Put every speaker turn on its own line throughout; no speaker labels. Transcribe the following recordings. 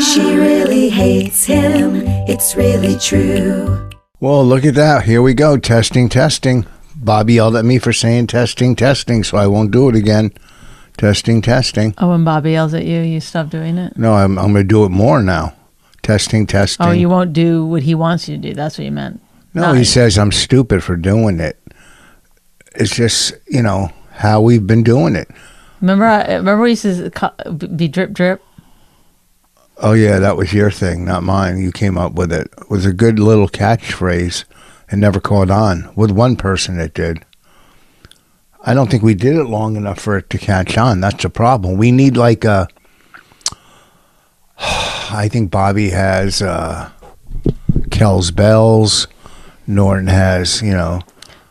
She really hates him. It's really true.
Well, look at that. Here we go. Testing, testing. Bobby yelled at me for saying testing, testing, so I won't do it again. Testing, testing.
Oh, when Bobby yells at you, you stop doing it.
No, I'm, I'm going to do it more now. Testing, testing.
Oh, you won't do what he wants you to do. That's what you meant.
no, he
nice.
says I'm stupid for doing it. It's just, you know, how we've been doing it.
Remember, I, remember we used to co- be drip drip.
Oh, yeah, that was your thing, not mine. You came up with it. It was a good little catchphrase and never caught on. With one person, it did. I don't think we did it long enough for it to catch on. That's the problem. We need like a. I think Bobby has uh, Kells Bells. Norton has, you know,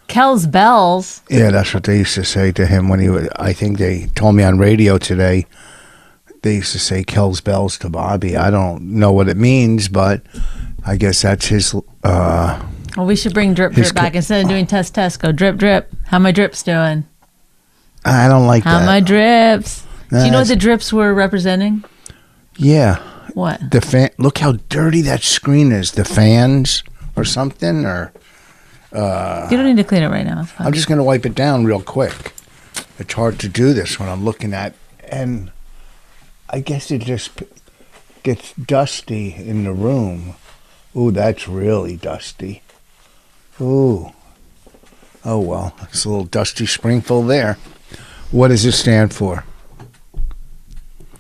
Kells bells.
Yeah, that's what they used to say to him when he was. I think they told me on radio today. They used to say "Kells bells" to Bobby. I don't know what it means, but I guess that's his. Uh,
Well, we should bring drip drip
His co-
back instead of doing test test. Go drip drip. How my drips doing?
I don't like
How
that.
my drips? Do you know what
That's-
the drips were representing?
yeah,
What?
the fan. Look how dirty that screen is. The fans or something, or
you don't need to clean it right now. It's fine.
Uh, I'm just gonna wipe it down real quick. It's hard to do this when I'm looking at, and I guess it just p- gets dusty in the room. Ooh, that's really dusty. Ooh. Oh well, it's a little dusty Springfield there. What does it stand for?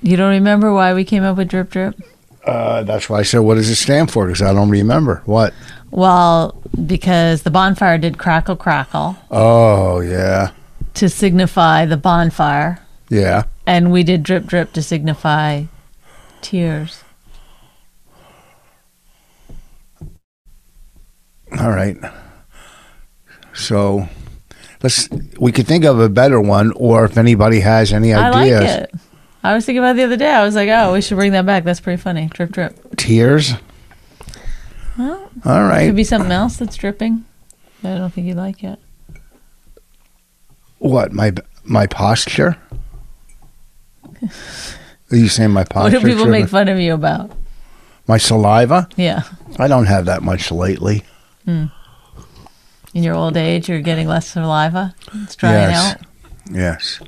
You don't remember why we came up with drip drip?
Uh, that's why I said, what does it stand for? Because I don't remember. What?
Well, because the bonfire did crackle crackle
Oh yeah,
to signify the bonfire,
yeah.
and we did drip drip to signify tears.
All right. So let's we could think of a better one or if anybody has any ideas.
I like it. I was thinking about it the other day. I was like, oh, we should bring that back. That's pretty funny. Drip drip.
Tears?
Well,
All right.
could be something else that's dripping. I don't think you like it.
what, my my posture? Are you saying my
What
posture?
do people
Truman?
make fun of you about?
my saliva?
Yeah.
I don't have that much lately.
In your old age, you're getting less saliva. It's drying
yes.
out.
Yes.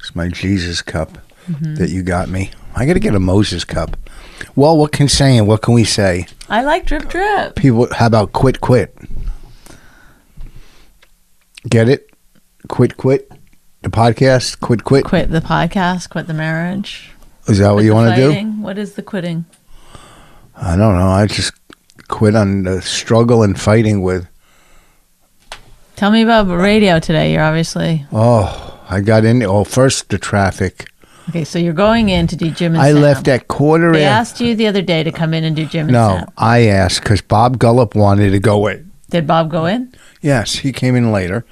It's my Jesus cup
Mm-hmm.
that you got me. I gotta get a Moses cup. Well, what can saying? What can we say?
I like drip drip.
people how about quit quit get it quit quit the podcast quit quit
Quit the podcast, quit the marriage.
is that what you want to do
do? What is the quitting?
i don't know i just quit on the struggle and fighting with
Tell me about radio today. You're obviously
oh i got in oh first the traffic
okay. So you're going in to do Jim and
i
Sam.
left at quarter
They
after
asked you the other day to come in and do Jim and
no
Sam.
i asked because bob gullop wanted to go in
Did Bob go in?
Yes, he came in later,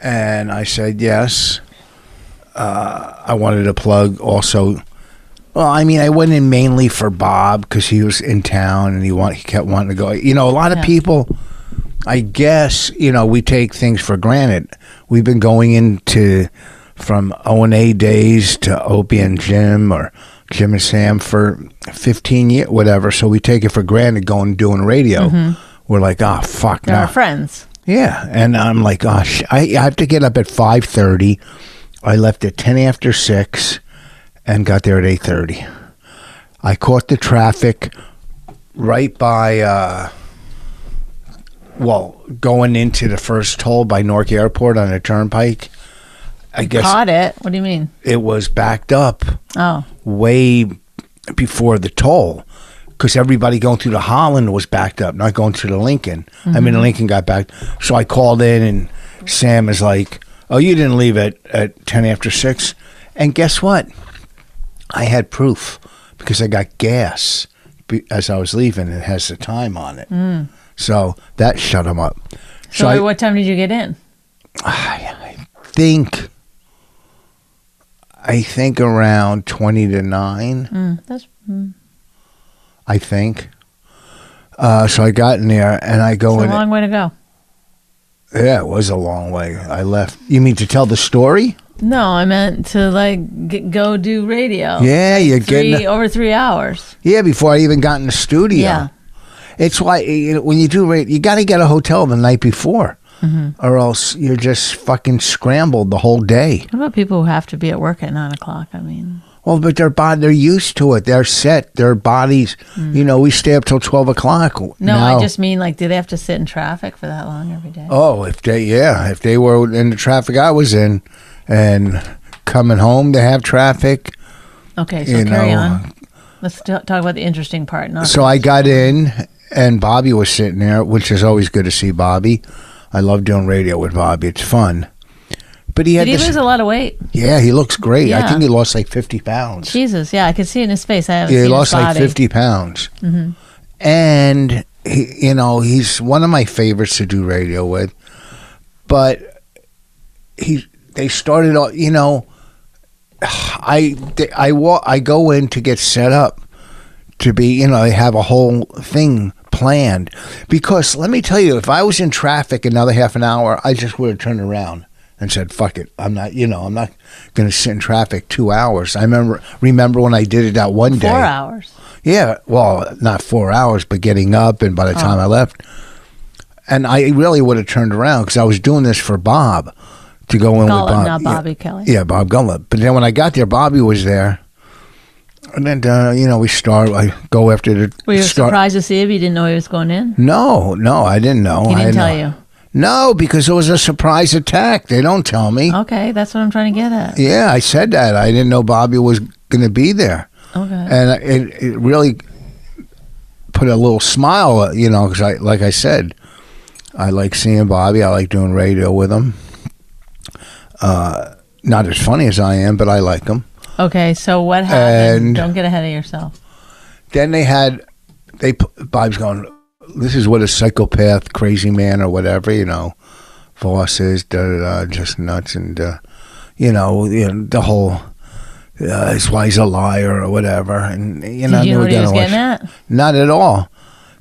and I said yes. Uh, I wanted to plug also. Well, I mean, I went in mainly for Bob because he was in town and he want he kept wanting to go. You know, a lot of
Yeah.
people. I guess you know we take things for granted. We've been going into from O and A days to Opie and Jim or Jim and Sam for fifteen years, whatever. So we take it for granted going doing radio. We're like, ah, fuck,
They're
nah.
our friends.
Yeah, and I'm like, gosh, I, I have to get up at five thirty. I left at ten after six, and got there at eight thirty. I caught the traffic right by, uh, well, going into the first toll by Newark Airport on a turnpike. I guess
Caught it. What do you mean?
it was backed up
Oh,
way before the toll because everybody going through the Holland was backed up, not going through the Lincoln. I mean, the Lincoln got backed. So I called in, and Sam is like, Oh, you didn't leave at, at 10 after 6. And guess what? I had proof because I got gas be- as I was leaving. It has the time on it. So that shut him up.
so,
I-
what time did you get in?
think. I think around 20 to 9.
Mm, that's
I think. Uh, so I got in there and I go
it's a
in.
long way to go.
Yeah, it was a long way. I left. You mean to tell the story?
No, I meant to like g- go do radio.
Yeah, you're
Oh, three
getting.
over three hours.
Yeah, before I even got in the studio.
Yeah.
It's why you know, when you do radio, you got to get a hotel the night before,
Mm-hmm.
or else you're just fucking scrambled the whole day.
What about people who have to be at work at nine o'clock? I mean,
Well, but their body, they're used to it. They're set. Their bodies, you know, we stay up till 12 o'clock.
Mm. no,
now.
I just mean like, do they have to sit in traffic for that long every day?
Oh, if they, yeah, if they were in the traffic I was in and coming home to have traffic.
okay,
you
so carry
know,
on. Let's t- talk about the interesting part. Not
So I got in and Bobby was sitting there, which is always good to see Bobby. I love doing radio with Bobby. It's fun. But he had
did he
this,
lose a lot of weight?
yeah, he looks great. I
Yeah.
think he lost like 50 pounds.
Jesus, yeah, I could see it in his face. I haven't
Yeah, he
seen
lost
his body. Mm-hmm.
like 50 pounds. And, he, you know, he's one of my favorites to do radio with. But he, they started, off- you know, I, they- I, wa- I go in to get set up to be, you know, I have a whole thing planned. Because let me tell you, if I was in traffic another half an hour, I just would have turned around and said, "Fuck it, I'm not," you know, I'm not going to sit in traffic two hours. I remember remember when I did it that one day.
Four hours.
Yeah, well, not four hours, but getting up, and by the
Oh.
time I left, and I really would have turned around because I was doing this for Bob to go in
Gullet,
with Bob.
not
Yeah.
Bobby Kelly.
Yeah, Bob Gullet. But then when I got there, Bobby was there. And then, uh, you know, we start, I go after the
Were you
start.
surprised to see him? You didn't know he was going in.
No, no, I didn't know.
He
Oh, I
didn't tell
know.
you.
No, because it was a surprise attack. They don't tell me.
Okay, that's what I'm trying to get at.
Yeah, I said that. I didn't know Bobby was going to be there.
Okay.
and it, it really put a little smile, uh, you know, because I, like I said, I like seeing Bobby. I like doing radio with him. Uh, not as funny as I am, but I like him.
Okay, so what happened?
And-
Don't get ahead of yourself.
Then they had they pu- Bob's going. This is what a psychopath, crazy man, or whatever you know, Voss is. Da, da, da, just nuts, and uh, you know, you know, the whole. Uh, it's why he's a liar or whatever, and you know,
Did you know
I
what
knew
he was
that I
getting at?
Not at all.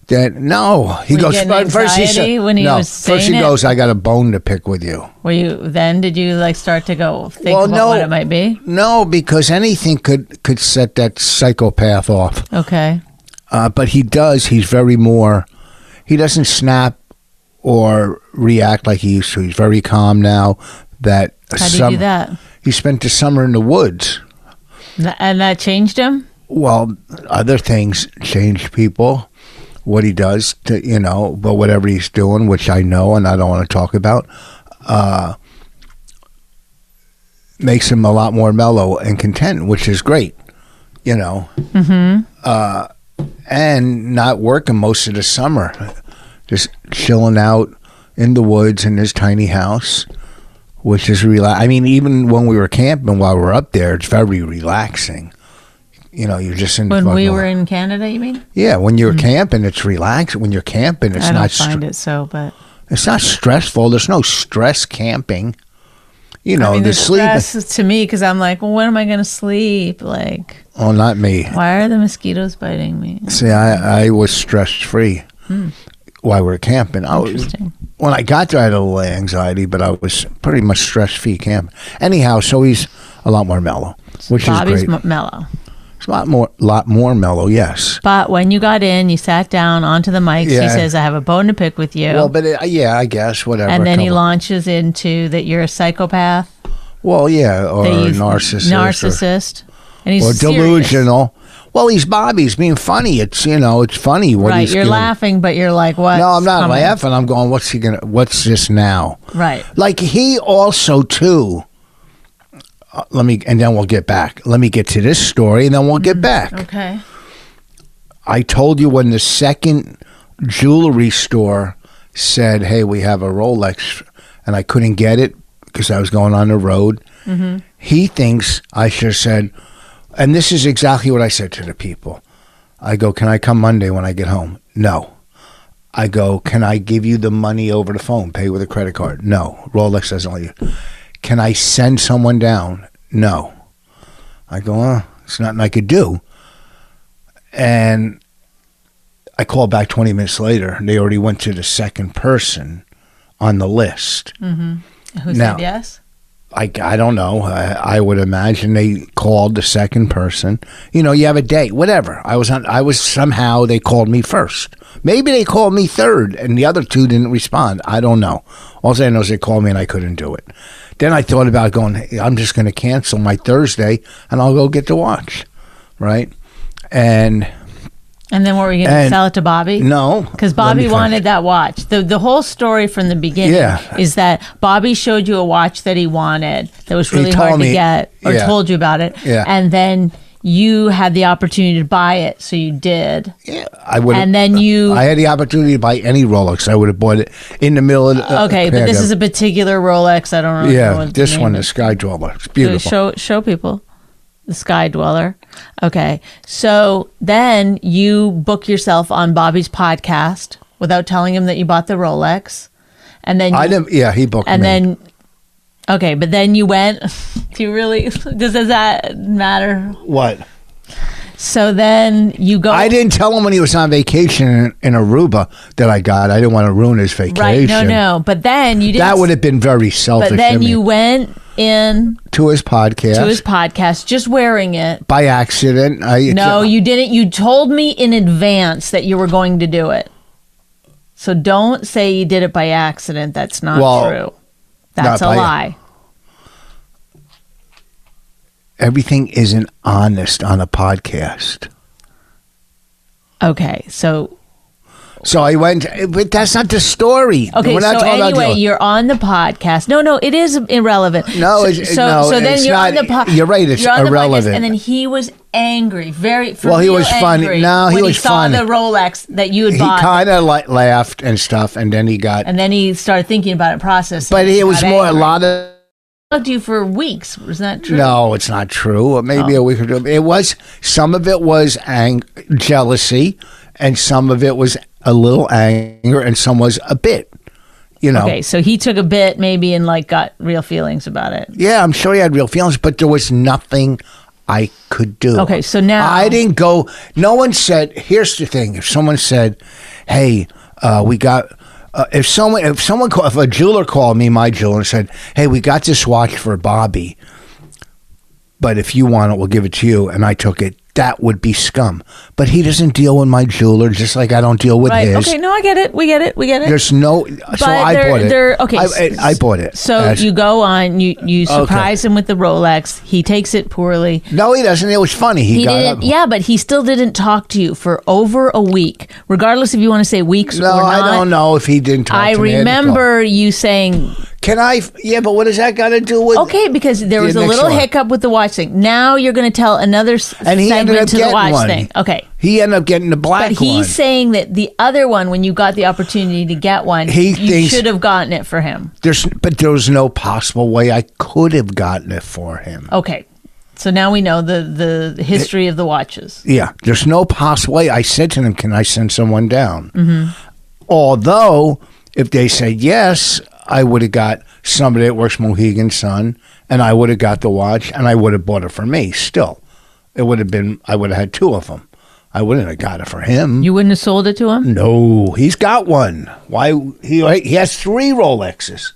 That no, he
Were you
goes
getting
but first. He
anxiety
said
when he
no.
was
first he
saying it?
goes. I got a bone to pick with you.
Were you then? Did you like start to go think
Well,
about
no.
what it might be?
No, because anything could could set that psychopath off.
Okay,
Uh, but he does. He's very more. He doesn't snap or react like he used to. He's very calm now. That
how do you do that?
He spent the summer in the woods.
Th- And that changed him.
Well, other things change people. What he does to you know, but whatever he's doing, which I know and I don't want to talk about, uh, makes him a lot more mellow and content, which is great. You know, mm-hmm. uh, and not working most of the summer, just chilling out in the woods in his tiny house, which is relax. I mean, even when we were camping while we were up there, it's very relaxing. You know, you're just in the
When we
fucking-
were in Canada, you mean?
yeah, when you're camping, it's relaxed. When you're camping, it's
Hmm. I don't
not stre-
find it so, but
it's not stressful. There's no stress camping. You know,
I mean,
the
the
sleep.
stress is to me because I'm like, well, when am I going to sleep? Like,
Oh, not me.
why are the mosquitoes biting me?
See, I, I was stress free while we were camping. I was,
Hmm. Interesting.
when I got there, I had a little anxiety, but I was pretty much stress free camping. Anyhow, so he's a lot more mellow, which
Bobby's
is great.
m- mellow.
It's a lot more, lot more mellow. Yes.
But when you got in, you sat down onto the mics.
Yeah.
He says, "I have a bone to pick with you,"
Well, but it, yeah, I guess whatever.
and then he
come on.
launches into that you're a psychopath.
Well, yeah, or
that he's
narcissist. or-
narcissist, and he's
or
serious.
delusional. Well, he's Bobby. He's being funny. It's you know, it's funny what
Right,
he's
you're
doing.
laughing, but you're like, what?
No, I'm not laughing. I'm going. What's he gonna? What's this now?
Right.
Like he also too. uh, let me, and then we'll get back. Let me get to this story, and then we'll get back.
Mm-hmm. Okay.
I told you when the second jewelry store said, "Hey, we have a Rolex," and I couldn't get it because I was going on the road. He thinks I should have said, and this is exactly what I said to the people. I go, "Can I come Monday when I get home?" No. I go, "Can I give you the money over the phone, pay with a credit card?" No. Rolex doesn't let you. Can I send someone down? No. I go, "Uh, it's nothing I could do." And I called back 20 minutes later. and They already went to the second person on the list.
Mm. Who
Now-
said yes?
I, I don't know. I, I would imagine they called the second person. You know, you have a date, whatever. I was on. I was somehow they called me first. Maybe they called me third, and the other two didn't respond. I don't know. All I know is they called me and I couldn't do it. Then I thought about going. "Hey, I'm just going to cancel my Thursday and I'll go get the watch, right? And
And then were we going to
And-
sell it to Bobby?
no,
Because
let me
Bobby
finish.
wanted that watch. The the whole story from the beginning
Yeah.
is that Bobby showed you a watch that he wanted that was
He
really
told
hard
me-
to get or
yeah.
told you about it.
Yeah.
And then you had the opportunity to buy it, so you did.
Yeah, I would.
And then you
I had the opportunity to buy any Rolex. I would have bought it in the middle of the uh,
Okay, but this
paragraph.
is a particular Rolex. I don't really know.
Yeah,
what the
this
name
one,
is.
the Sky Dweller. It's
Uh,
beautiful.
show show people the sky dweller okay so then you book yourself on bobby's podcast without telling him that you bought the rolex and then
I
you-
didn't. Yeah, he booked
and
me.
then okay but then you went do you really does, does that matter
what?
so then you go
I didn't tell him when he was on vacation in, in Aruba that I got. I didn't want to ruin his vacation.
right no no but then you didn't
That would have been very selfish.
but then
of me.
you went in
to his podcast
to his podcast just wearing it
by accident. I
No, you didn't. You told me in advance that you were going to do it. So don't say you did it by accident. That's not
Well,
true. That's a
by-
lie.
everything isn't honest on a podcast.
Okay. So
So I went, but that's not the story.
okay.
We're not
So
talking about
anyway,
the-
you're on the podcast. No, no, it is irrelevant.
No,
So,
it's-
so,
no,
so then
it's
you're on the
not-
podcast.
you're right, it's irrelevant.
and then he was angry. Very. For
Well, he
real
was funny.
angry
No, he
when
was
he saw
funny.
the Rolex that you had
he
bought,
kind of like laughed and stuff, and then he got.
and then he started thinking about it, processing.
but
he
it was
got
more
angry.
a lot of
Bugged you for weeks. Was that true?
No, it's not true. Or
Oh.
Maybe a week or two. It was some of it was ang- jealousy, and some of it was a little anger, and some was a bit. You know,
Okay, so he took a bit maybe and like got real feelings about it.
yeah, I'm sure he had real feelings, but there was nothing I could do.
Okay, so now-
I didn't go. No one said. Here's the thing: if someone said, "Hey, uh, we got," uh, if someone, if someone, call, if a jeweler called me, my jeweler and said, "Hey, we got this watch for Bobby, but if you want it, we'll give it to you," and I took it. That would be scum. But he doesn't deal with my jeweler, just like I don't deal with
Right.
his.
Okay, no, I get it. We get it. We get it.
There's no. so I
they're-
bought it.
they're- okay.
I, I, I bought it.
So
That's-
you go on, you you surprise him with the Rolex. He takes it poorly.
No, he doesn't. It was funny. He,
He
got
didn't
up.
Yeah, but he still didn't talk to you for over a week, regardless if you want to say weeks
No,
or not.
I don't know if he didn't talk
I
to me at the
remember you saying
club. Can I? Yeah, but what does that got to do with?
okay because there
Yeah,
was a
next
little
one.
hiccup with the watch thing. Now you're going to tell another s-
And he ended up
segment to the
getting
watch
one.
thing. Okay,
He ended up getting the black
But he's
one.
saying that the other one, when you got the opportunity to get one,
He
you
thinks-
should have gotten it for him.
There's, but there was no possible way I could have gotten it for him.
Okay, so now we know the the history of the watches.
Yeah, there's no possible way. I said to them, "Can I send someone down?"
Mm-hmm.
Although, if they said yes, I would have got somebody that works Mohegan Sun, and I would have got the watch, and I would have bought it for me. Still, it would have been. I would have had two of them. I wouldn't have got it for him.
You wouldn't have sold it to him.
No, he's got one. Why he he has three Rolexes.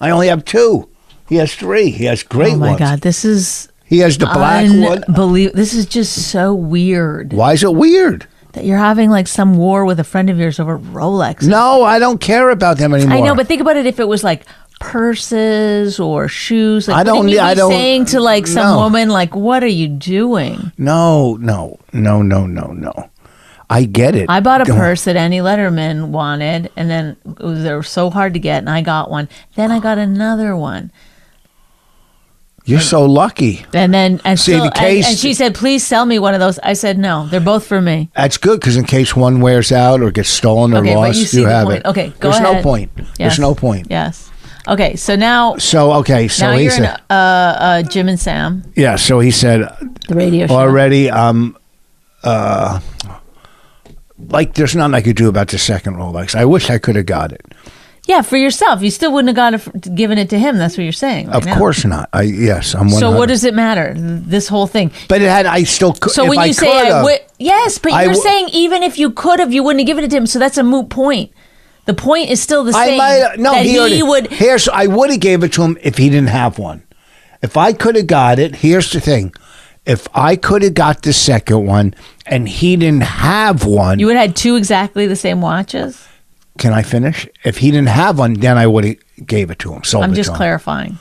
I only have two. He has three. He has great
Oh my
ones.
God, this is
He has the black one.
unbelievable. This is just so weird
Why is it weird?
that you're having like some war with a friend of yours over Rolex.
No, I don't care about them anymore.
I know, but think about it if it was like purses or shoes. Like,
I don't-
Wouldn't you be
I don't-
saying to like
no.
some woman, like, "What are you doing?"
no, no, no, no, no, no. I get it.
I bought a
Don't-
purse that Annie Letterman wanted, and then it was- they were so hard to get, and I got one. Then I got another one,
You're so lucky.
and then and
See,
still-
the
and-
case-
and, she said, "Please sell me one of those." I said, "No, they're both for me."
That's good because in case one wears out or gets stolen or
Okay, but
lost,
you see the
have
point.
it.
Okay, go
There's
ahead.
no point.
Yes.
There's no point.
Yes. Okay, so now
So okay, so
now
he
you're in
said,
uh, uh, Jim and Sam,
yeah. So he said,
the radio show.
already um uh like there's nothing I could do about the second Rolex. I wish I could have got it.
Yeah, for yourself, you still wouldn't have got it, for- given it to him. That's what you're saying. right
Of
now.
course not. I yes, I'm one.
So what does it matter? This whole thing.
But it had I still could.
So
if
when you
I
say I
could've-
would, yes, but
I
you're
w-
saying even if you could have, you wouldn't have given it to him. So that's a moot point. The point is still the
I
same.
might no.
that
he,
he,
already-
would.
Here's I would have gave it to him if he didn't have one. If I could have got it, here's the thing: if I could have got the second one and he didn't have one,
You would have had two exactly the same watches.
can I finish? If he didn't have one, then I would have gave it to him. Sold
I'm
it
just
to him.
clarifying.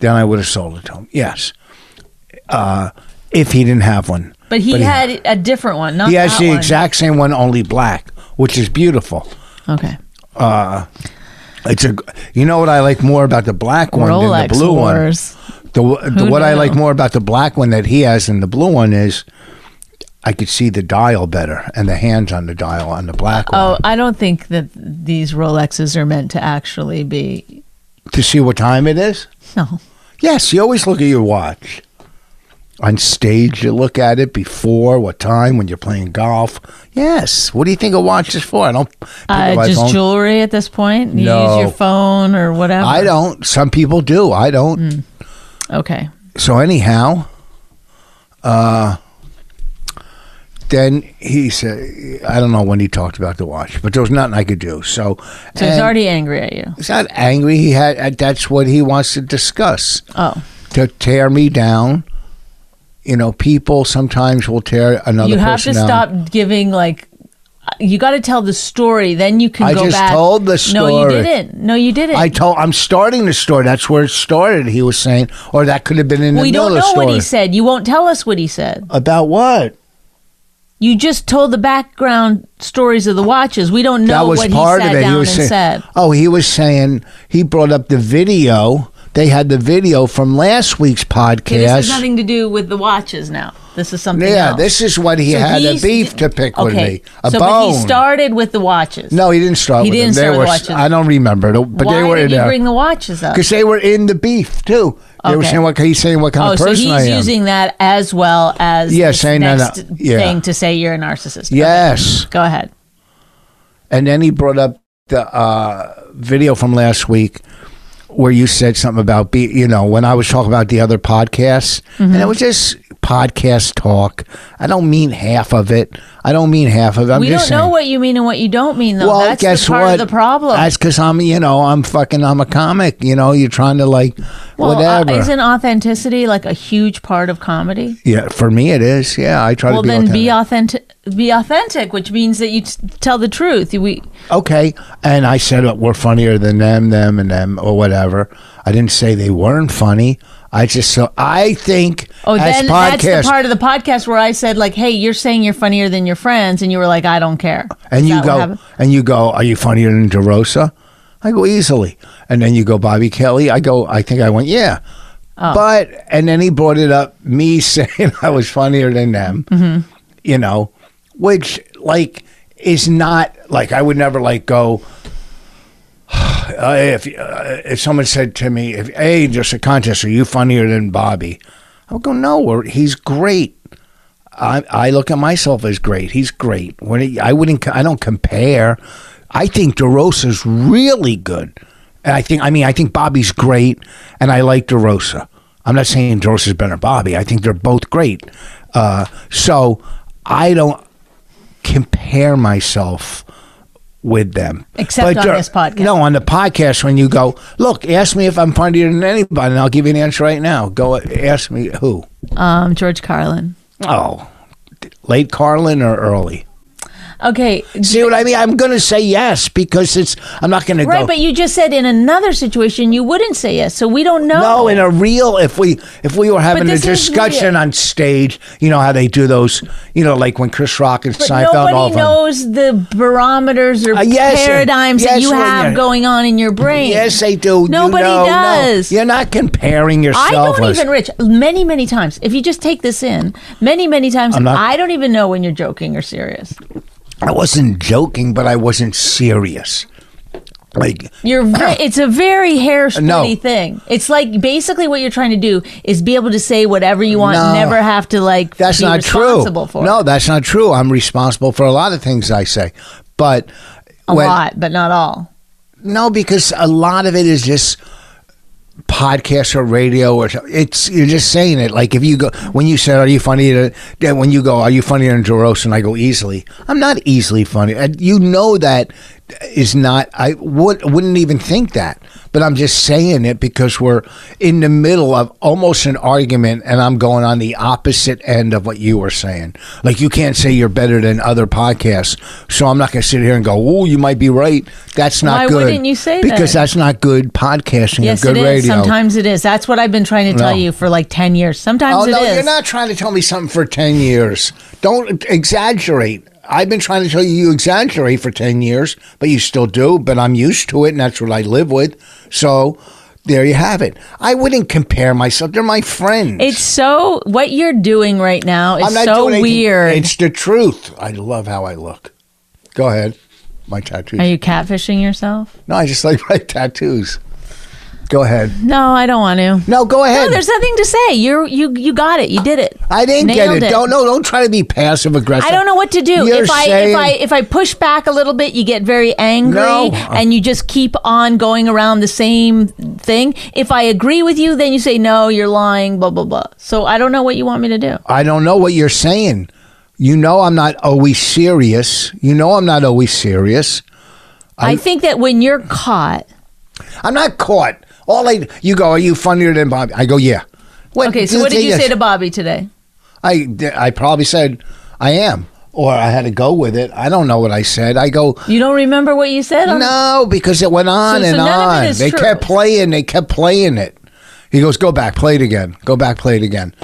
Then I would have sold it to him. Yes, uh, if he didn't have one,
But he
But he-
had a different one. Not
he has
that
the
one.
exact same one, only black, which is beautiful.
Okay.
It's a. You know what I like more about the black one than
Rolex
the blue one.
wars.
The, the
Who
what I
knew?
like more about the black one that he has than the blue one is I could see the dial better and the hands on the dial on the black one
Oh, I don't think that these Rolexes are meant to actually be.
to see what time it is.
No.
Yes, you always look at your watch. On stage, you look at it before what time when you're playing golf. Yes. What do you think a watch is for? I don't. people
Uh,
have
just
own-
jewelry at this point? You
No.
use your phone or whatever?
I don't. Some people do. I don't.
Hmm. Okay.
so anyhow, uh, then he said, I don't know when he talked about the watch, but there was nothing I could do. So,
So he's
and
already angry at you.
he's not angry. He had uh, that's what he wants to discuss
Oh.
to tear me down. You know, people sometimes will tear another.
You have
person uh,
to
down.
stop giving, like, you got to tell the story. Then you can
I
go
just
back.
told the
No, you
story.
didn't. No, you didn't.
I told. I'm starting the story. That's where it started. He was saying, or that could have been in
we
the middle of
don't
the
know
story
what he said. You won't tell us what he said.
about what.
You just told the background stories of the watches. We don't know
that was
what
part
he sat
of it.
down
he was
and
saying,
said.
"Oh, he was saying he brought up the video. They had the video from last week's
Okay, This has
podcast.
nothing to do with the watches now. This is something
yeah,
else.
this is what he
So
had a
he's-
beef to pick with
okay,
me. A
so,
bone.
But he started with the watches.
no, he didn't start.
He
with
didn't
them.
start
They
with
were.
watches.
I don't remember, but
Why
they were
did
in
you
there
bring the watches up?
because they were in the beef too. They were
Okay.
saying what he's saying, what kind
Oh,
of
so
person
he's
I am.
using that as well as
Yeah,
this
saying that,
next
uh, yeah.
thing to say you're a narcissist. Okay,
yes,
go ahead.
and then he brought up the uh, video from last week where you said something about be you know when I was talking about the other podcasts
Mm-hmm.
and it was just podcast talk. I don't mean half of it. I don't mean half of it. I'm
we don't
just
know
saying-
what you mean and what you don't mean, though.
well,
That's
guess
the part
what?
of the problem.
That's because I'm, you know, I'm fucking, I'm a comic. You know, you're trying to like,
well, uh,
whatever.
isn't authenticity like a huge part of comedy?
yeah, for me it is. Yeah, I try
well,
to be.
then
authentic.
be authentic. Be authentic, which means that you t- tell the truth. We
okay. And I said, "Look, we're funnier than them, them, and them, or whatever. I didn't say they weren't funny. I just so I think
Oh,
as
then
podcast,
that's the part of the podcast where I said like, "Hey, you're saying you're funnier than your friends," and you were like, "I don't care."
and
Is
you
that what
go,
happened?
and you go, are you funnier than DeRosa? I go easily, and then you go, Bobby Kelly. I go, I think I went, yeah.
Oh.
But and then he brought it up, me saying I was funnier than them,
Mm-hmm.
you know, which like is not like I would never like go. uh, if uh, if someone said to me, if hey, just a contest, are you funnier than Bobby? I would go, no, we're- he's great. I I look at myself as great. He's great. When he, I wouldn't, co- I don't compare. I think DeRosa's really good, and I think, I mean, I think Bobby's great, and I like DeRosa. I'm not saying DeRosa's better than Bobby. I think they're both great. Uh, so I don't compare myself with them.
Except on
dur-
this podcast.
No, on the podcast when you go, look, ask me if I'm funnier than anybody, and I'll give you an answer right now. Go ask me who.
Um, George Carlin.
Oh, late Carlin or early?
Okay,
See what I mean? I'm going to say yes because it's. I'm not going to
right,
go.
but you just said in another situation you wouldn't say yes, so we don't know.
no, in a real, if we if we were having a
this is
discussion
real.
on stage, you know how they do those, you know, like when Chris Rock and
but
Seinfeld and all
nobody
of them.
knows the barometers or
Uh, yes, and-
paradigms that
yes,
you
when
have
you're-
going on in your brain.
Yes, they do.
Nobody
you know, no.
does.
You're not comparing yourself.
I don't
with-
even, Rich, many, many times, if you just take this in, many, many times,
I'm not-
I don't even know when you're joking or serious.
I wasn't joking, but I wasn't serious. Like
You're ve- it's a very hair splitty
No.
thing. It's like basically what you're trying to do is be able to say whatever you want,
No.
and never have to like
that's
be
not true.
responsible for
no,
it.
that's not true. I'm responsible for a lot of things I say, but
a lot, but not all.
No, because a lot of it is just podcast or radio or so- it's you're just saying it like if you go when you said are you funny when you go are you funnier than Jaros and I go easily I'm not easily funny and you know that is not I would wouldn't even think that. But I'm just saying it because we're in the middle of almost an argument and I'm going on the opposite end of what you were saying. Like you can't say you're better than other podcasts. So I'm not going to sit here and go, "Oh, you might be right." That's not
Why
good.
wouldn't you say that?
Because that's not good podcasting
Yes,
or
it
good
is.
radio.
Sometimes it is. That's what I've been trying to tell
No.
you for like 10 years. Sometimes
Oh
it
no,
is.
you're not trying to tell me something for ten years. Don't exaggerate. I've been trying to tell you you exaggerate for ten years, but you still do. But I'm used to it, and that's what I live with. So there you have it. I wouldn't compare myself. They're my friends.
It's so, what you're doing right now
I'm
is
not
so
doing anything-
weird.
It's the truth. I love how I look. Go ahead. My tattoos.
Are you catfishing yourself?
no, I just like my tattoos. Go ahead.
No, I don't want to.
No, go ahead.
No, there's nothing to say. You're you you got it. You did it.
I didn't get
Nailed
it. Don't no. Don't try to be passive aggressive.
I don't know what to do.
You're
if I
saying-
if I if I push back a little bit, you get very angry
No.
and you just keep on going around the same thing. If I agree with you, then you say no, you're lying, blah blah blah. So I don't know what you want me to do.
I don't know what you're saying. You know I'm not always serious. You know I'm not always serious.
I, think that when you're caught,
I'm not caught. All I you go, are you funnier than Bobby? I go, yeah. What,
okay. So
the
what did
thing
you
is,
say to Bobby today?
I I probably said I am, or I had to go with it. I don't know what I said. I go.
You don't remember what you said? on-
No, because it went on
So- so
and
none of it
on.
is
they
true.
kept playing. They kept playing it. He goes, "Go back, play it again. Go back, play it again."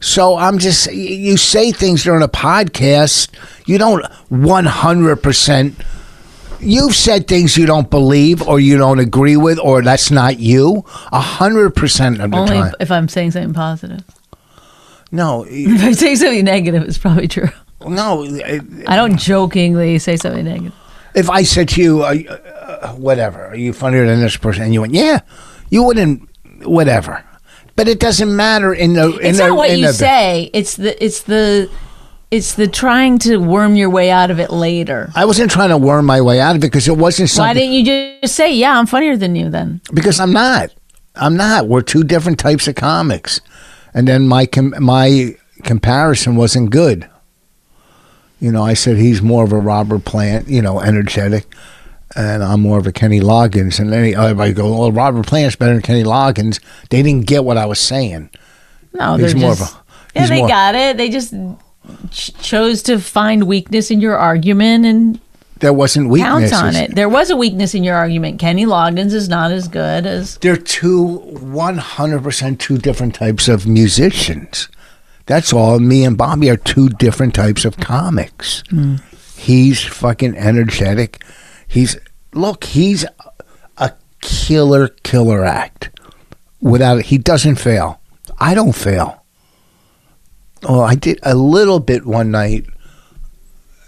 So I'm just y- you say things during a podcast. You don't 100 percent. You've said things you don't believe or you don't agree with, or that's not you. A hundred percent of the
Only
time.
if I'm saying something positive.
No, y-
If I'm saying something negative, it's probably true.
no. it-
I don't jokingly say something negative.
if I said to you, are you- uh, whatever, are you funnier than this person? And you went, yeah, you wouldn't, whatever. But it doesn't matter in the. In
it's
the,
not what
in
you
the-
say. It's the it's the it's the trying to worm your way out of it later.
I wasn't trying to worm my way out of it because it wasn't
Why
something.
didn't you just say, "Yeah, I'm funnier than you"? Then
because I'm not. I'm not. We're two different types of comics. And then my com- my comparison wasn't good. You know, I said he's more of a Robert Plant, you know, energetic, and I'm more of a Kenny Loggins. And then everybody goes, "Well, Robert Plant's better than Kenny Loggins." They didn't get what I was saying.
no,
He's
they're
more of
just
a-
yeah,
he's
they
more-
got it. They just ch- chose to find weakness in your argument and
There wasn't
pounce
weaknesses.
on it. There was a weakness in your argument. Kenny Loggins is not as good as
They're two, 100% two different types of musicians. That's all. Me and Bobby are two different types of comics.
Hmm.
He's fucking energetic. He's, look, he's a killer, killer act. Without it, he doesn't fail. I don't fail. Well, I did a little bit one night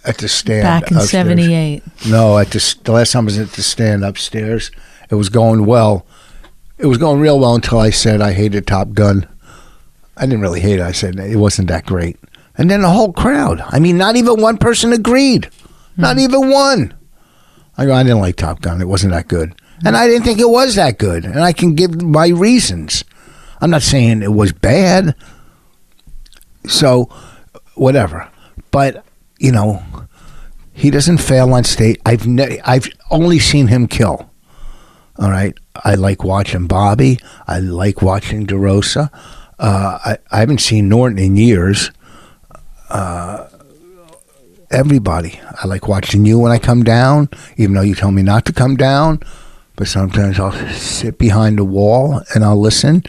at the stand
back in
upstairs.
'78.
No, at the, the last time I was at the stand upstairs, it was going well. It was going real well until I said I hated Top Gun. I didn't really hate it. I said it wasn't that great. And then the whole crowd. I mean, not even one person agreed. Not even one. I go, I didn't like Top Gun. It wasn't that good. And I didn't think it was that good. And I can give my reasons. I'm not saying it was bad. So, whatever. But, you know, he doesn't fail on stage. I've ne- I've only seen him kill. All right. I like watching Bobby. I like watching DeRosa. Uh, I, I haven't seen Norton in years. Uh, everybody. I like watching you when I come down, even though you tell me not to come down. But sometimes I'll sit behind a wall and I'll listen.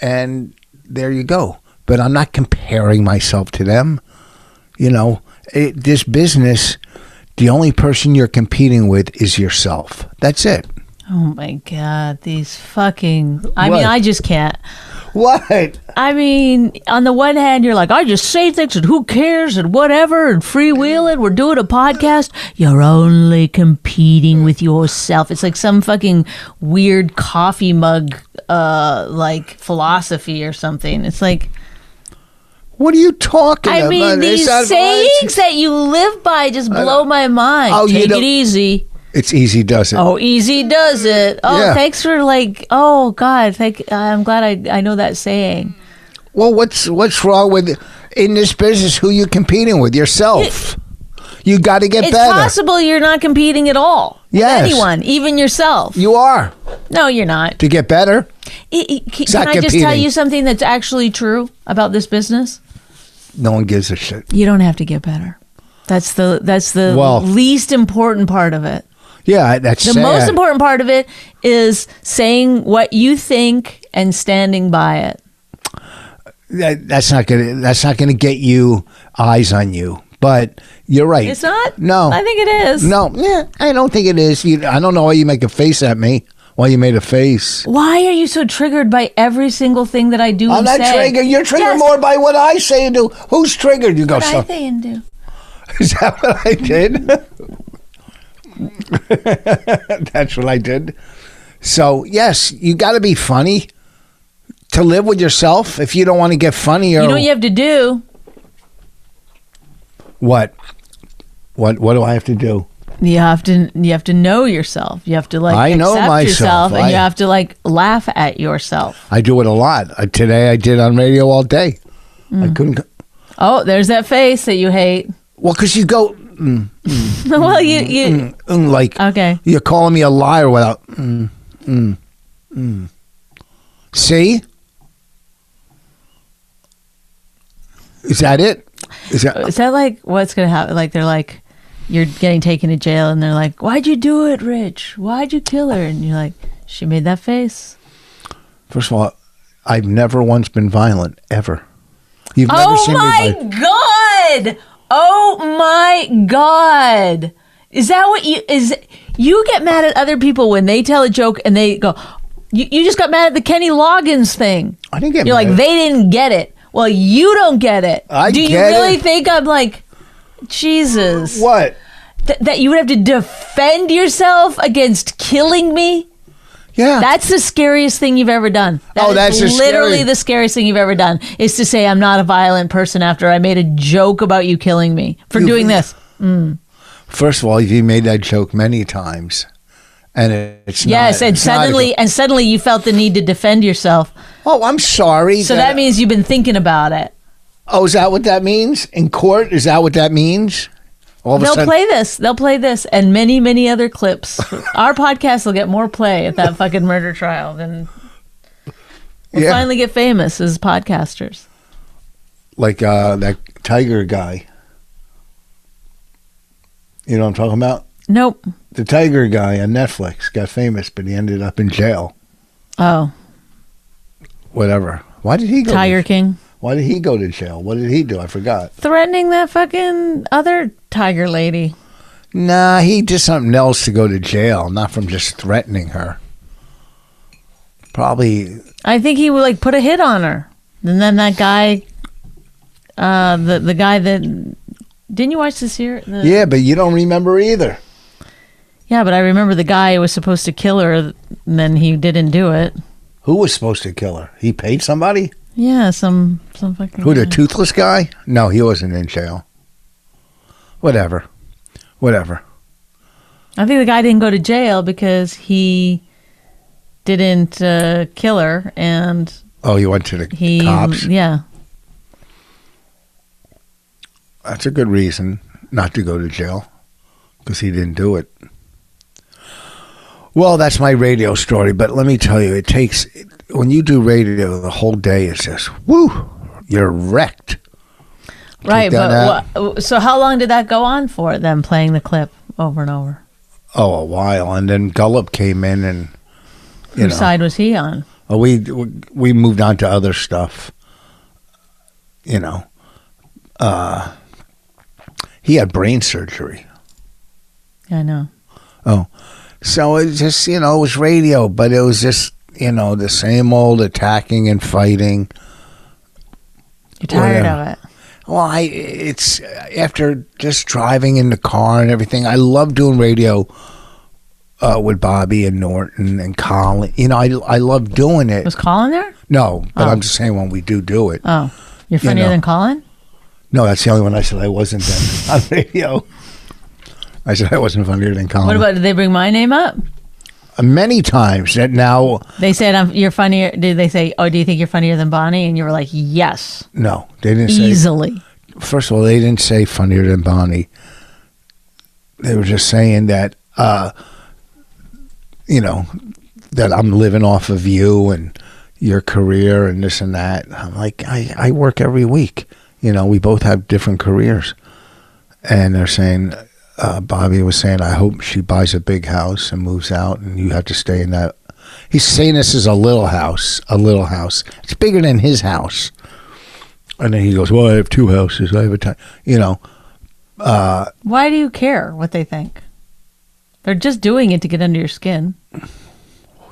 And there you go. But I'm not comparing myself to them you know it, this business the only person you're competing with is yourself that's it
Oh my God, these fucking. I
What?
mean, I just can't.
what
I mean, on the one hand, you're like, I just say things and who cares and whatever and freewheeling. We're doing a podcast. You're only competing with yourself. It's like some fucking weird coffee mug, uh, like philosophy or something. It's like,
what are you talking
I
about
mean,
Is
these
that right?
sayings that you live by just blow my mind.
Oh, you
Take
don't-
it easy.
it's easy does it
Oh, easy does it. Oh,
Yeah.
thanks for like. Oh God, thank. I'm glad I I know that saying.
well what's what's wrong with in this business who you competing with yourself you got to get
It's
better
possible you're not competing at all.
Yes.
Anyone, even yourself.
You are
No, you're not.
to get better.
I- I- c-
not
can I just tell
competing.
you something that's actually true about this business?
No one gives a shit.
You don't have to get better. That's the that's the
Well-
least important part of it.
Yeah, that's
The
sad.
most important part of it is saying what you think and standing by it.
That, that's not gonna. That's not gonna get you eyes on you. But you're right.
It's not?
No,
I think it is.
No, yeah, I don't think it is. You, I don't know why you make a face at me. Why you made a face?
Why are you so triggered by every single thing that I do
I'm
and
not
say?
triggered. You're triggered
Yes,
more by what I say and do. Who's triggered? You go.
what I
So,
say and do.
is that what I did? That's what I did. So yes, you got to be funny to live with yourself. If you don't want to get funnier,
You know what you have to do?
what? What? What do I have to do?
You have to you have to know yourself. You have to like
I know
accept
myself.
yourself and
I-
you have to like laugh at yourself.
I do it a lot. Uh, today I did on radio all day.
Mm.
I couldn't.
Oh, there's that face that you hate.
Well, because you go
well, you you
mm, like
okay.
You're calling me a liar without. Mm, mm, mm. See? Is that it? Is that
Is that like what's gonna happen? Like they're like, you're getting taken to jail, and they're like, "Why'd you do it, Rich? Why'd you kill her?" And you're like, "She made that face."
first of all? I've never once been violent ever. You've never
Oh
seen me.
my
violent.
god! Oh my god! Is that what you is? You get mad at other people when they tell a joke and they go, "You, you just got mad at the Kenny Loggins thing."
I didn't get.
You're
mad.
like, they didn't get it. Well, you don't get it.
I
Do you
get
really
it.
think I'm like, Jesus,
what?
Th- that you would have to defend yourself against killing me?
Yeah.
That's the scariest thing you've ever done. That
Oh,
is
that's just
literally
scary.
the scariest thing you've ever done is to say I'm not a violent person after I made a joke about you killing me for
You-
doing this.
first of all, you made that joke many times, and it, it's
Yes,
not,
and
it's not a
suddenly
good-
and suddenly you felt the need to defend yourself.
oh, I'm sorry.
So that means you've been thinking about it.
Oh, is that what that means in court? Is that what that means? All of a
They'll
sudden,
play this. They'll play this and many, many other clips. Our podcast will get more play at that fucking murder trial than we'll
Yeah.
finally get famous as podcasters.
like uh, that tiger guy. You know what I'm talking about?
Nope.
The tiger guy on Netflix got famous, but he ended up in jail.
Oh,
Whatever. Why did he go?
Tiger
To,
King.
why did he go to jail? What did he do? I forgot.
Threatening that fucking other tiger lady.
Nah, he did something else to go to jail, not from just threatening her. Probably.
I think he would like put a hit on her. And then that guy uh the the guy that didn't you watch this here? The,
Yeah, but you don't remember either.
yeah, but I remember the guy who was supposed to kill her and then he didn't do it.
Who was supposed to kill her? He paid somebody?
Yeah, some some fucking
Who, the
guy.
toothless guy? No, he wasn't in jail. Whatever. Whatever.
I think the guy didn't go to jail because he didn't uh, kill her, and
Oh, he went to the
he
cops.
yeah.
That's a good reason not to go to jail because he didn't do it. Well, that's my radio story, but let me tell you, it takes when you do radio, the whole day is just woo, you're wrecked.
Right,
that
but what, so how long did that go on for? Them playing the clip over and over.
Oh, a while, and then Gullop came in, and you
Whose
know,
side was he on?
uh, we we moved on to other stuff. You know, uh, he had brain surgery.
I know.
Oh, so it just you know it was radio, but it was just you know the same old attacking and fighting.
You're tired
Well,
of it.
Well, I it's after just driving in the car and everything. I love doing radio uh, with Bobby and Norton and Colin. You know, I I love doing it.
Was Colin there?
No, but
Oh.
I'm just saying when we do do it.
Oh, you're
Yeah,
funnier
no.
than Colin.
No, that's the only one I said I wasn't then on radio. I said I wasn't funnier than Colin. Uh,
What about? Did they bring my name up?
many times that now?
They said I'm, you're funnier. Did they say, "Oh, do you think you're funnier than Bonnie?" And you were like, "Yes,
No, they didn't say.
easily."
first of all, they didn't say funnier than Bonnie. They were just saying that uh, you know, that I'm living off of you and your career and this and that. I'm like, I, I work every week. You know, we both have different careers. And they're saying, uh, Bobby was saying, I hope she buys a big house and moves out and you have to stay in that. He's saying this is a little house, a little house. It's bigger than his house. And then he goes, Well, I have two houses. I have a time, you know. uh,
Why do you care what they think? They're just doing it to get under your skin.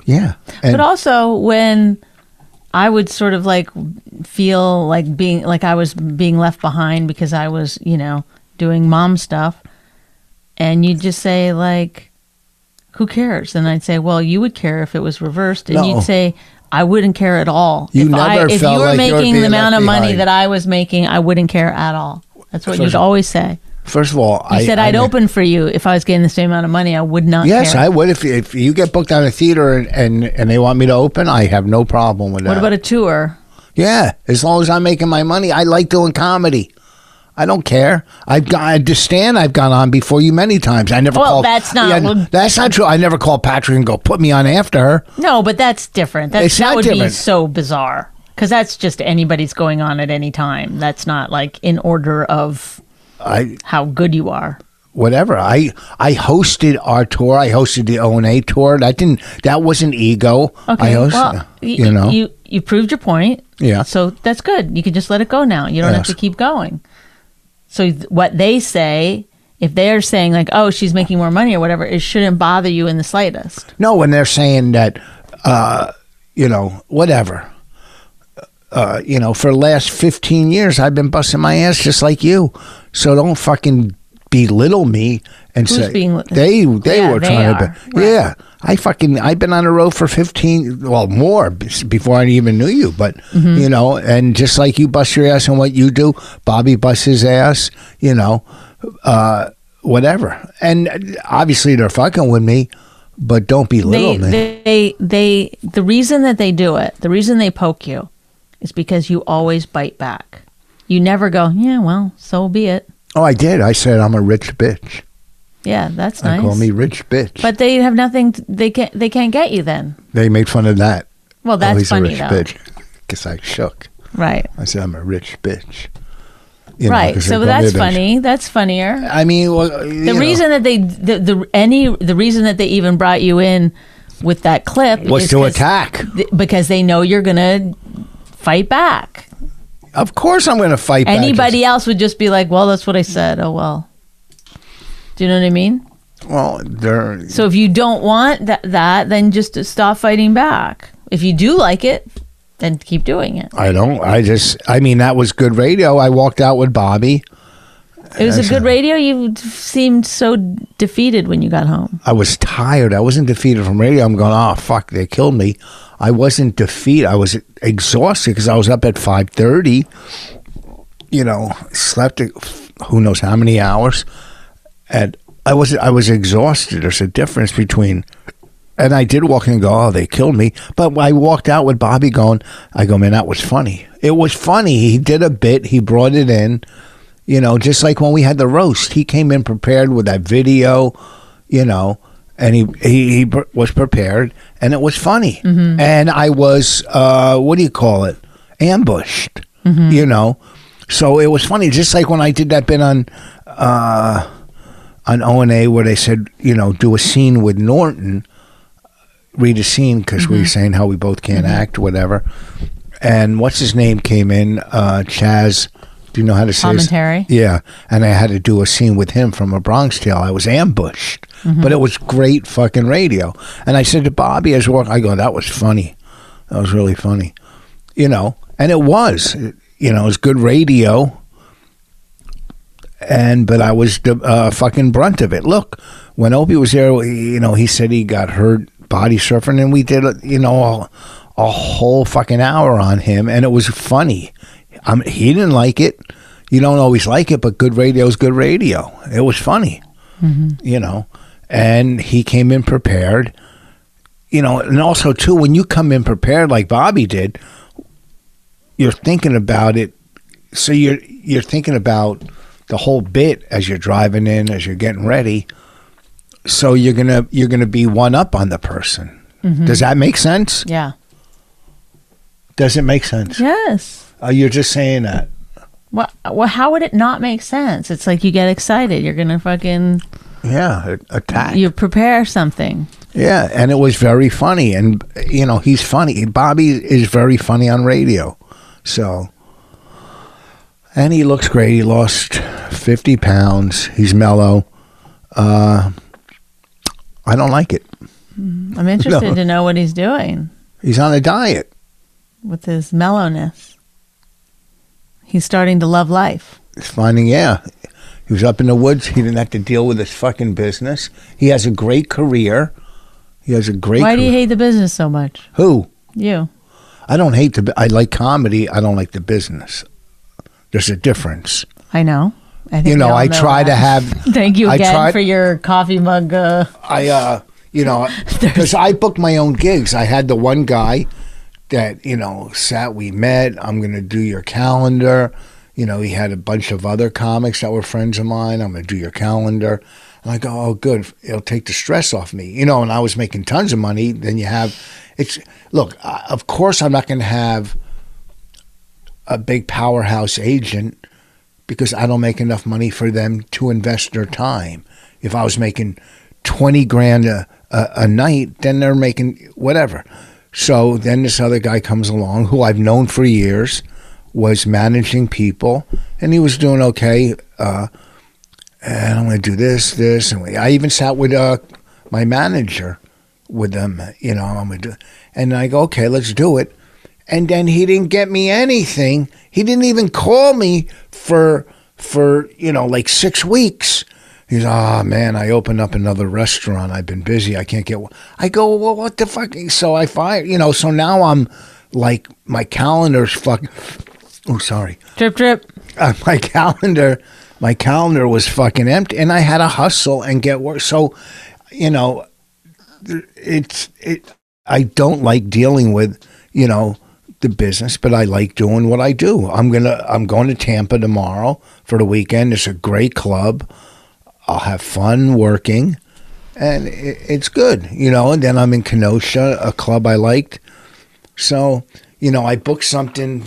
Yeah. And
but also when I would sort of like feel like being like I was being left behind because I was, you know, doing mom stuff. And you'd just say like, who cares? And I'd say, well, you would care if it was reversed. And
No.
you'd say, I wouldn't care at all.
You
if I,
never
if
felt
you were
like you were
making
being
the amount
left
of money
behind.
that I was making, I wouldn't care at all. That's what you'd
First-
always say.
first of all,
You
I
said
I
I'd open for you if I was getting the same amount of money. I would not.
Yes,
care.
I would. If, if you get booked on a theater and, and, and they want me to open, I have no problem with that.
What about a tour?
Yeah, as long as I'm making my money, I like doing comedy. I don't care. I've got I understand. I've gone on before you many times. I never
Well,
called.
that's not- well-
that's not true. I never called Patrick and go put me on after her.
No, but that's different. That's,
It's
that
not
would be
different.
so bizarre because that's just anybody's going on at any time. That's not like in order of
I
how good you are.
whatever. I I hosted our tour. I hosted the O and A tour. That didn't. That wasn't ego. I
Okay,
hosted,
well, y-
you know.
you you proved your point.
Yeah.
so that's good. You can just let it go now. You don't have
Yes.
to keep going. So th- what they say, if they're saying like, "Oh, she's making more money" or whatever, it shouldn't bother you in the slightest.
No, when they're saying that, uh, you know, whatever. Uh, you know, for the last 15 years, I've been busting my ass just like you. So don't fucking belittle me and
Who's
say
being-
they they
Yeah,
were
they
trying
are.
to. Be,
Right.
Yeah, I fucking I've been on the road for 15, well more b- before I even knew you. But
Mm-hmm.
you know, and just like you bust your ass on what you do, Bobby busts his ass. You know, uh, whatever. And uh, obviously they're fucking with me. But don't belittle
They,
me.
they they the reason that they do it, the reason they poke you, is because you always bite back. You never go, yeah, well, so be it.
Oh, I did. I said I'm a rich bitch.
Yeah, that's
They
nice.
call me rich bitch.
But they have nothing. t they can't. They can't get you then.
they made fun of that.
Well,
oh,
that's
he's
funny
a rich
though.
bitch. Because I shook.
Right.
I said I'm a rich bitch. You know,
right.
'cause they
So
call me
that's
a bitch.
funny. That's funnier.
I mean, well,
The reason that they the, the any the reason that they even brought you in with that clip
was
is
to
'cause-
attack.
th- because they know you're gonna fight back.
Of course, I'm going to fight back.
Anybody else would just be like, "Well, that's what I said. Oh well." Do you know what I mean?
Well, they're
So if you don't want that, that then just stop fighting back. If you do like it, then keep doing it.
I don't. I just. I mean, that was good radio. I walked out with Bobby.
It was a good radio. You seemed so defeated when you got home.
I was tired. I wasn't defeated from radio. I'm going, oh fuck, they killed me. I wasn't defeated. I was exhausted because I was up at five thirty. You know, slept a- who knows how many hours, and I was I was exhausted. There's a difference between, and I did walk in and go, oh, they killed me. But I walked out with Bobby going, I go, man, that was funny. It was funny. He did a bit. He brought it in. You know, just like when we had the roast, he came in prepared with that video, you know, and he he, he pr- was prepared, and it was funny. And I was, uh, what do you call it, ambushed, you know. So it was funny, just like when I did that bit on uh, on O and A where they said, you know, do a scene with Norton, read a scene because we were saying how we both can't act, whatever. And what's his name came in, uh, Chaz. Do you know how to say his-
Commentary?
yeah, and I had to do a scene with him from a Bronx Tale. I was ambushed, but it was great fucking radio. And I said to Bobby as well, I go, that was funny. That was really funny, you know. And it was, you know, it was good radio. And but I was the uh, fucking brunt of it. Look, when Opie was there, you know, he said he got hurt body surfing, and we did, you know, a, a whole fucking hour on him, and it was funny. Um, he didn't like it. You don't always like it, but good radio is good radio. It was funny, you know. And he came in prepared, you know. And also, too, when you come in prepared like Bobby did, you're thinking about it. So you're you're thinking about the whole bit as you're driving in, as you're getting ready. so you're gonna you're gonna be one up on the person. Does that make sense?
Yeah.
Does it make sense?
Yes.
Oh, you're just saying that.
Well, well, how would it not make sense? It's like you get excited. You're gonna fucking
Yeah, a- attack.
you prepare something.
Yeah, and it was very funny, and you know he's funny. Bobby is very funny on radio, so. And he looks great. He lost fifty pounds. He's mellow. Uh, I don't like it.
I'm interested to know what he's doing
He's on a diet.
with his mellowness. He's starting to love life.
He's finding yeah. He was up in the woods. He didn't have to deal with his fucking business. He has a great career. He has a great.
Why do you
career.
hate the business so much?
Who?
You.
I don't hate the. bu- I like comedy. I don't like the business. There's a difference.
I know. I think
You
we
know,
all
I try to
that.
have.
Thank you
I
again
tried-
for your coffee mug. Uh,
I uh, you know, because I booked my own gigs. I had the one guy that you know sat. We met. I'm gonna do your calendar. You know, he had a bunch of other comics that were friends of mine. I'm gonna do your calendar. And I go, oh, good. It'll take the stress off me. You know, and I was making tons of money. Then you have, it's look. I- Of course, I'm not gonna have a big powerhouse agent because I don't make enough money for them to invest their time. If I was making 20 grand a, a, a night, then they're making whatever. So then this other guy comes along who I've known for years, was managing people, and he was doing okay. Uh, and I'm going to do this, this, and we, I even sat with uh, my manager with them. You know, I'm going to do, and I go, okay, let's do it. And then he didn't get me anything. He didn't even call me for for you know like six weeks. He's ah man, I opened up another restaurant. I've been busy. I can't get. one." I go well, what the fuck? So I fire. You know, so now I'm like my calendar's fuck. Oh, sorry
drip, drip.
uh, my calendar my calendar was fucking empty and i had to hustle and get work so you know th- it's it i don't like dealing with you know the business but i like doing what i do i'm gonna i'm going to tampa tomorrow for the weekend it's a great club i'll have fun working and it, it's good you know and then i'm in kenosha a club i liked so you know i booked something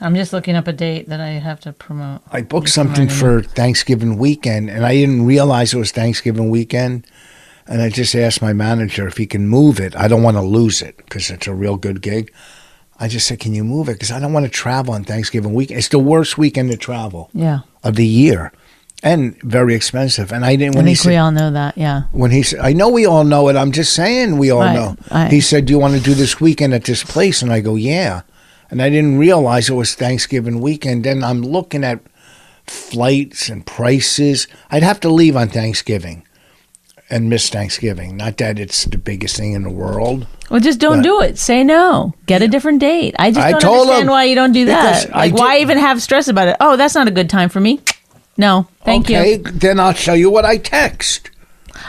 I'm just looking up a date that I have to promote.
I booked something for Thanksgiving weekend, and I didn't realize it was Thanksgiving weekend. And I just asked my manager if he can move it. I don't want to lose it because it's a real good gig. I just said, "Can you move it?" Because I don't want to travel on Thanksgiving weekend. It's the worst weekend to travel
Yeah.
of the year, and very expensive. And I didn't.
I
When he
think we
said,
all know that. Yeah.
when he said, I know we all know it. I'm just saying we all
Right,
know.
right.
He said, "Do you want to do this weekend at this place?" And I go, "Yeah." And I didn't realize it was Thanksgiving weekend. Then I'm looking at flights and prices. I'd have to leave on Thanksgiving and miss Thanksgiving. Not that it's the biggest thing in the world.
Well, just don't
But-
do it. Say no. Get a different date. I just
I
don't
told
understand
him,
why you don't do
because
that.
I
Like, why
did-
even have stress about it? Oh, that's not a good time for me. No, thank
okay,
you.
then I'll show you what I text.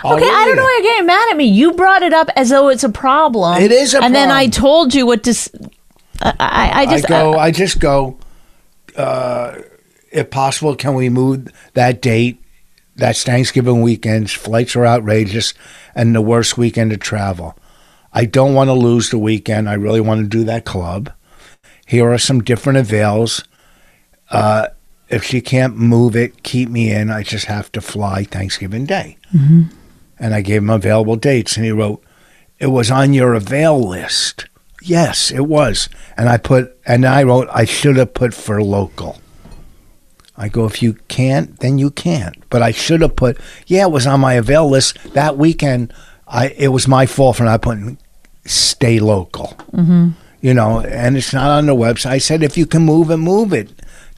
I'll
Okay, I
read
don't know
it.
why you're getting mad at me. You brought it up as though it's a problem.
It is a
And then I
problem.
told you what to. s- I, I, I
I
just
go. I just go. Uh, if possible, can we move that date? That's Thanksgiving weekends. Flights are outrageous, and the worst weekend to travel. I don't want to lose the weekend. I really want to do that club. Here are some different avails. Uh, if she can't move it, keep me in. I just have to fly Thanksgiving Day.
Mm-hmm.
And I gave him available dates, and he wrote, "It was on your avail list." Yes, it was. And I put, and I wrote, I should have put for local. I go, if you can't, then you can't. But I should have put, yeah, it was on my avail list that weekend. I it was my fault for not putting stay local. Mm-hmm. You know, and it's not on the website. I said, if you can move it, move it.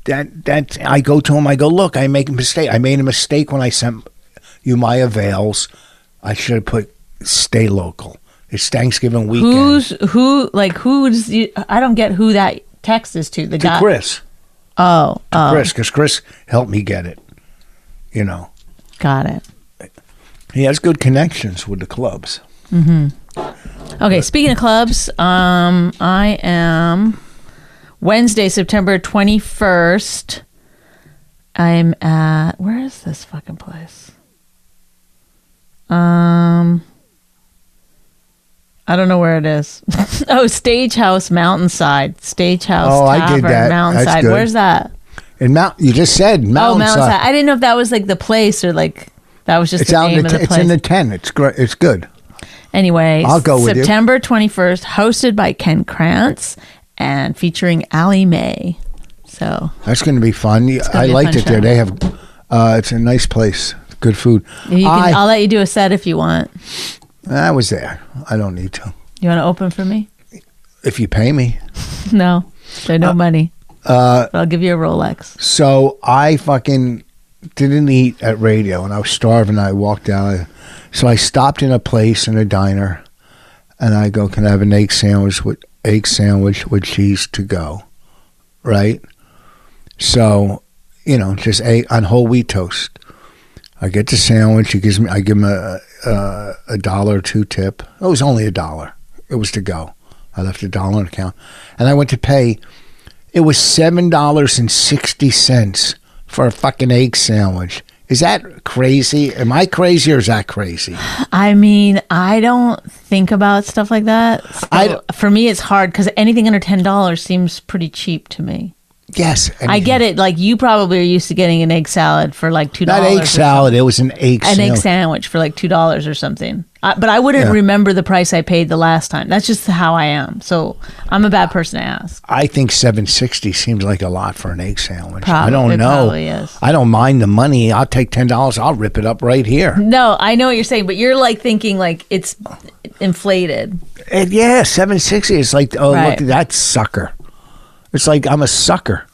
That that I go to him. I go, look, I make a mistake. I made a mistake when I sent you my avails. I should have put stay local. It's Thanksgiving weekend.
who's who? Like who's? You, I don't get who that text is to. The
to
guy.
Chris.
Oh, oh,
Chris, because Chris helped me get it. You know,
got it.
he has good connections with the clubs.
Okay, speaking of clubs, um, I am Wednesday, September 21st. I'm at, where is this fucking place? Um, I don't know where it is. oh, Stagehouse Mountainside, Stagehouse
Oh, I did
Tavern,
that. That's
Mountainside.
good.
Where's that?
And Mount, you just said
Oh,
Mountainside.
Mountainside. I didn't know if that was like the place or like that was just
It's
the
out
name
in the,
of
t-
the
it's
place.
in the tent. It's gr- it's good.
Anyway,
I'll go with you.
September 21st, hosted by Ken Krantz and featuring Allie Mae. So,
That's going to be fun.
gonna
I
be a
liked
fun
it there.
show.
They have. Uh, it's a nice place. Good food.
you can,
I,
I'll let you do a set if you want.
I was there. I don't need to.
You want to open for me?
If you pay me.
No, there's no money. Uh, but I'll give you a Rolex.
So I fucking didn't eat at radio, and I was starving. I walked down, so I stopped in a place in a diner, and I go, "Can I have an egg sandwich with egg sandwich with cheese to go?" Right. So, you know, just egg on whole wheat toast. I get the sandwich. He gives me. I give him a a, a dollar or two tip. It was only a dollar. It was to go. I left a dollar on the account, and I went to pay. It was seven dollars and sixty cents for a fucking egg sandwich. Is that crazy? Am I crazy or is that crazy?
I mean, I don't think about stuff like that. So
I d-
for me, it's hard because anything under $10 seems pretty cheap to me.
Yes,
I get it. Like, you probably are used to getting an egg salad for like $2.
Not
or
egg salad. It was an egg
an
sandwich.
egg sandwich for like two dollars or something. I, but I wouldn't
Yeah.
remember the price I paid the last time. That's just how I am. So I'm a bad person to ask.
I think seven sixty seems like a lot for an egg sandwich. I
Probably-
don't
it
know.
probably is.
I don't mind the money. I'll take ten dollars. I'll rip it up right here.
No, I know what you're saying, but you're like thinking like it's inflated.
And yeah, seven sixty. It's like oh
Right.
look at that sucker. It's like I'm a sucker.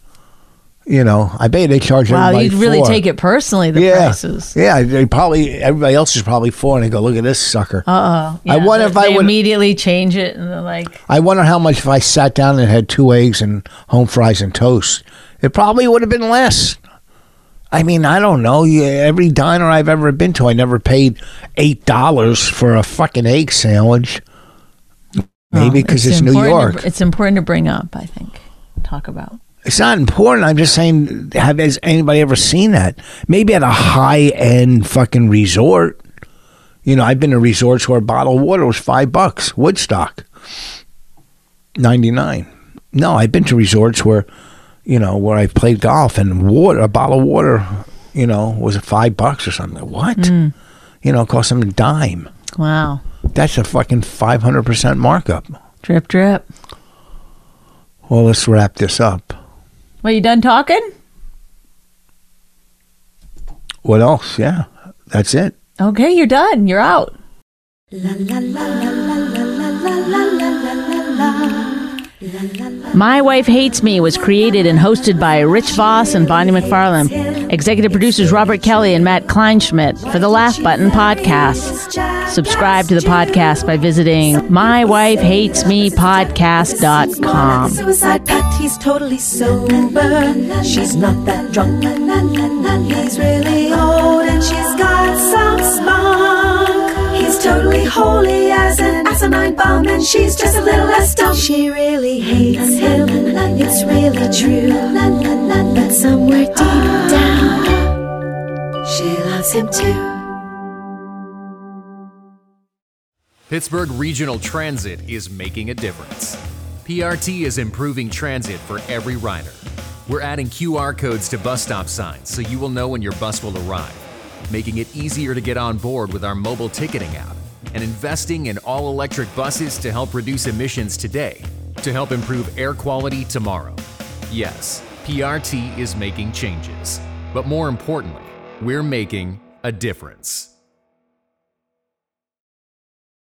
You know, I bet they charge
Wow,
everybody
you'd really
four.
take it personally. The prices.
Yeah, they probably everybody else is probably four, and they go, "Look at this sucker."
Uh oh.
I wonder
they,
if I
they
would-
immediately change it and they're like,
I wonder how much if I sat down and had two eggs and home fries and toast, it probably would have been less. I mean, I don't know. Yeah, every diner I've ever been to, I never paid eight dollars for a fucking egg sandwich. Maybe
"Oh,
because it's, New
important to
York.
br- it's important to bring up. I think talk about.
It's not important. I'm just saying, have has anybody ever seen that? Maybe at a high end fucking resort. You know, I've been to resorts where a bottle of water was five bucks, Woodstock, 99. No, I've been to resorts where, you know, where I played golf and water, a bottle of water, you know, was five bucks or something. What? You know, it cost them a dime.
Wow,
That's a fucking 500% markup.
drip drip.
Well, let's wrap this up.
Well, you done talking?
What else? Yeah, that's it.
Okay, you're done. You're out. My Wife Hates Me was created and hosted by Rich Voss and Bonnie McFarlane. Executive producers Robert Kelly and Matt Kleinschmidt for the Laugh Button podcast. Subscribe to the podcast by visiting mywifehatesmepodcast.com.
Suicide pact, he's totally sober. She's not that drunk. He's really old and she's got some spunk. He's totally holy as an asinine bomb, and she's just a little less dumb. She really hates him. It's really true. But somewhere deep down, she loves him too.
Pittsburgh Regional Transit is making a difference. PRT is improving transit for every rider. We're adding QR codes to bus stop signs so you will know when your bus will arrive, making it easier to get on board with our mobile ticketing app, and investing in all electric buses to help reduce emissions today to help improve air quality tomorrow. Yes, PRT is making changes, but more importantly, we're making a difference.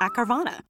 at Carvana.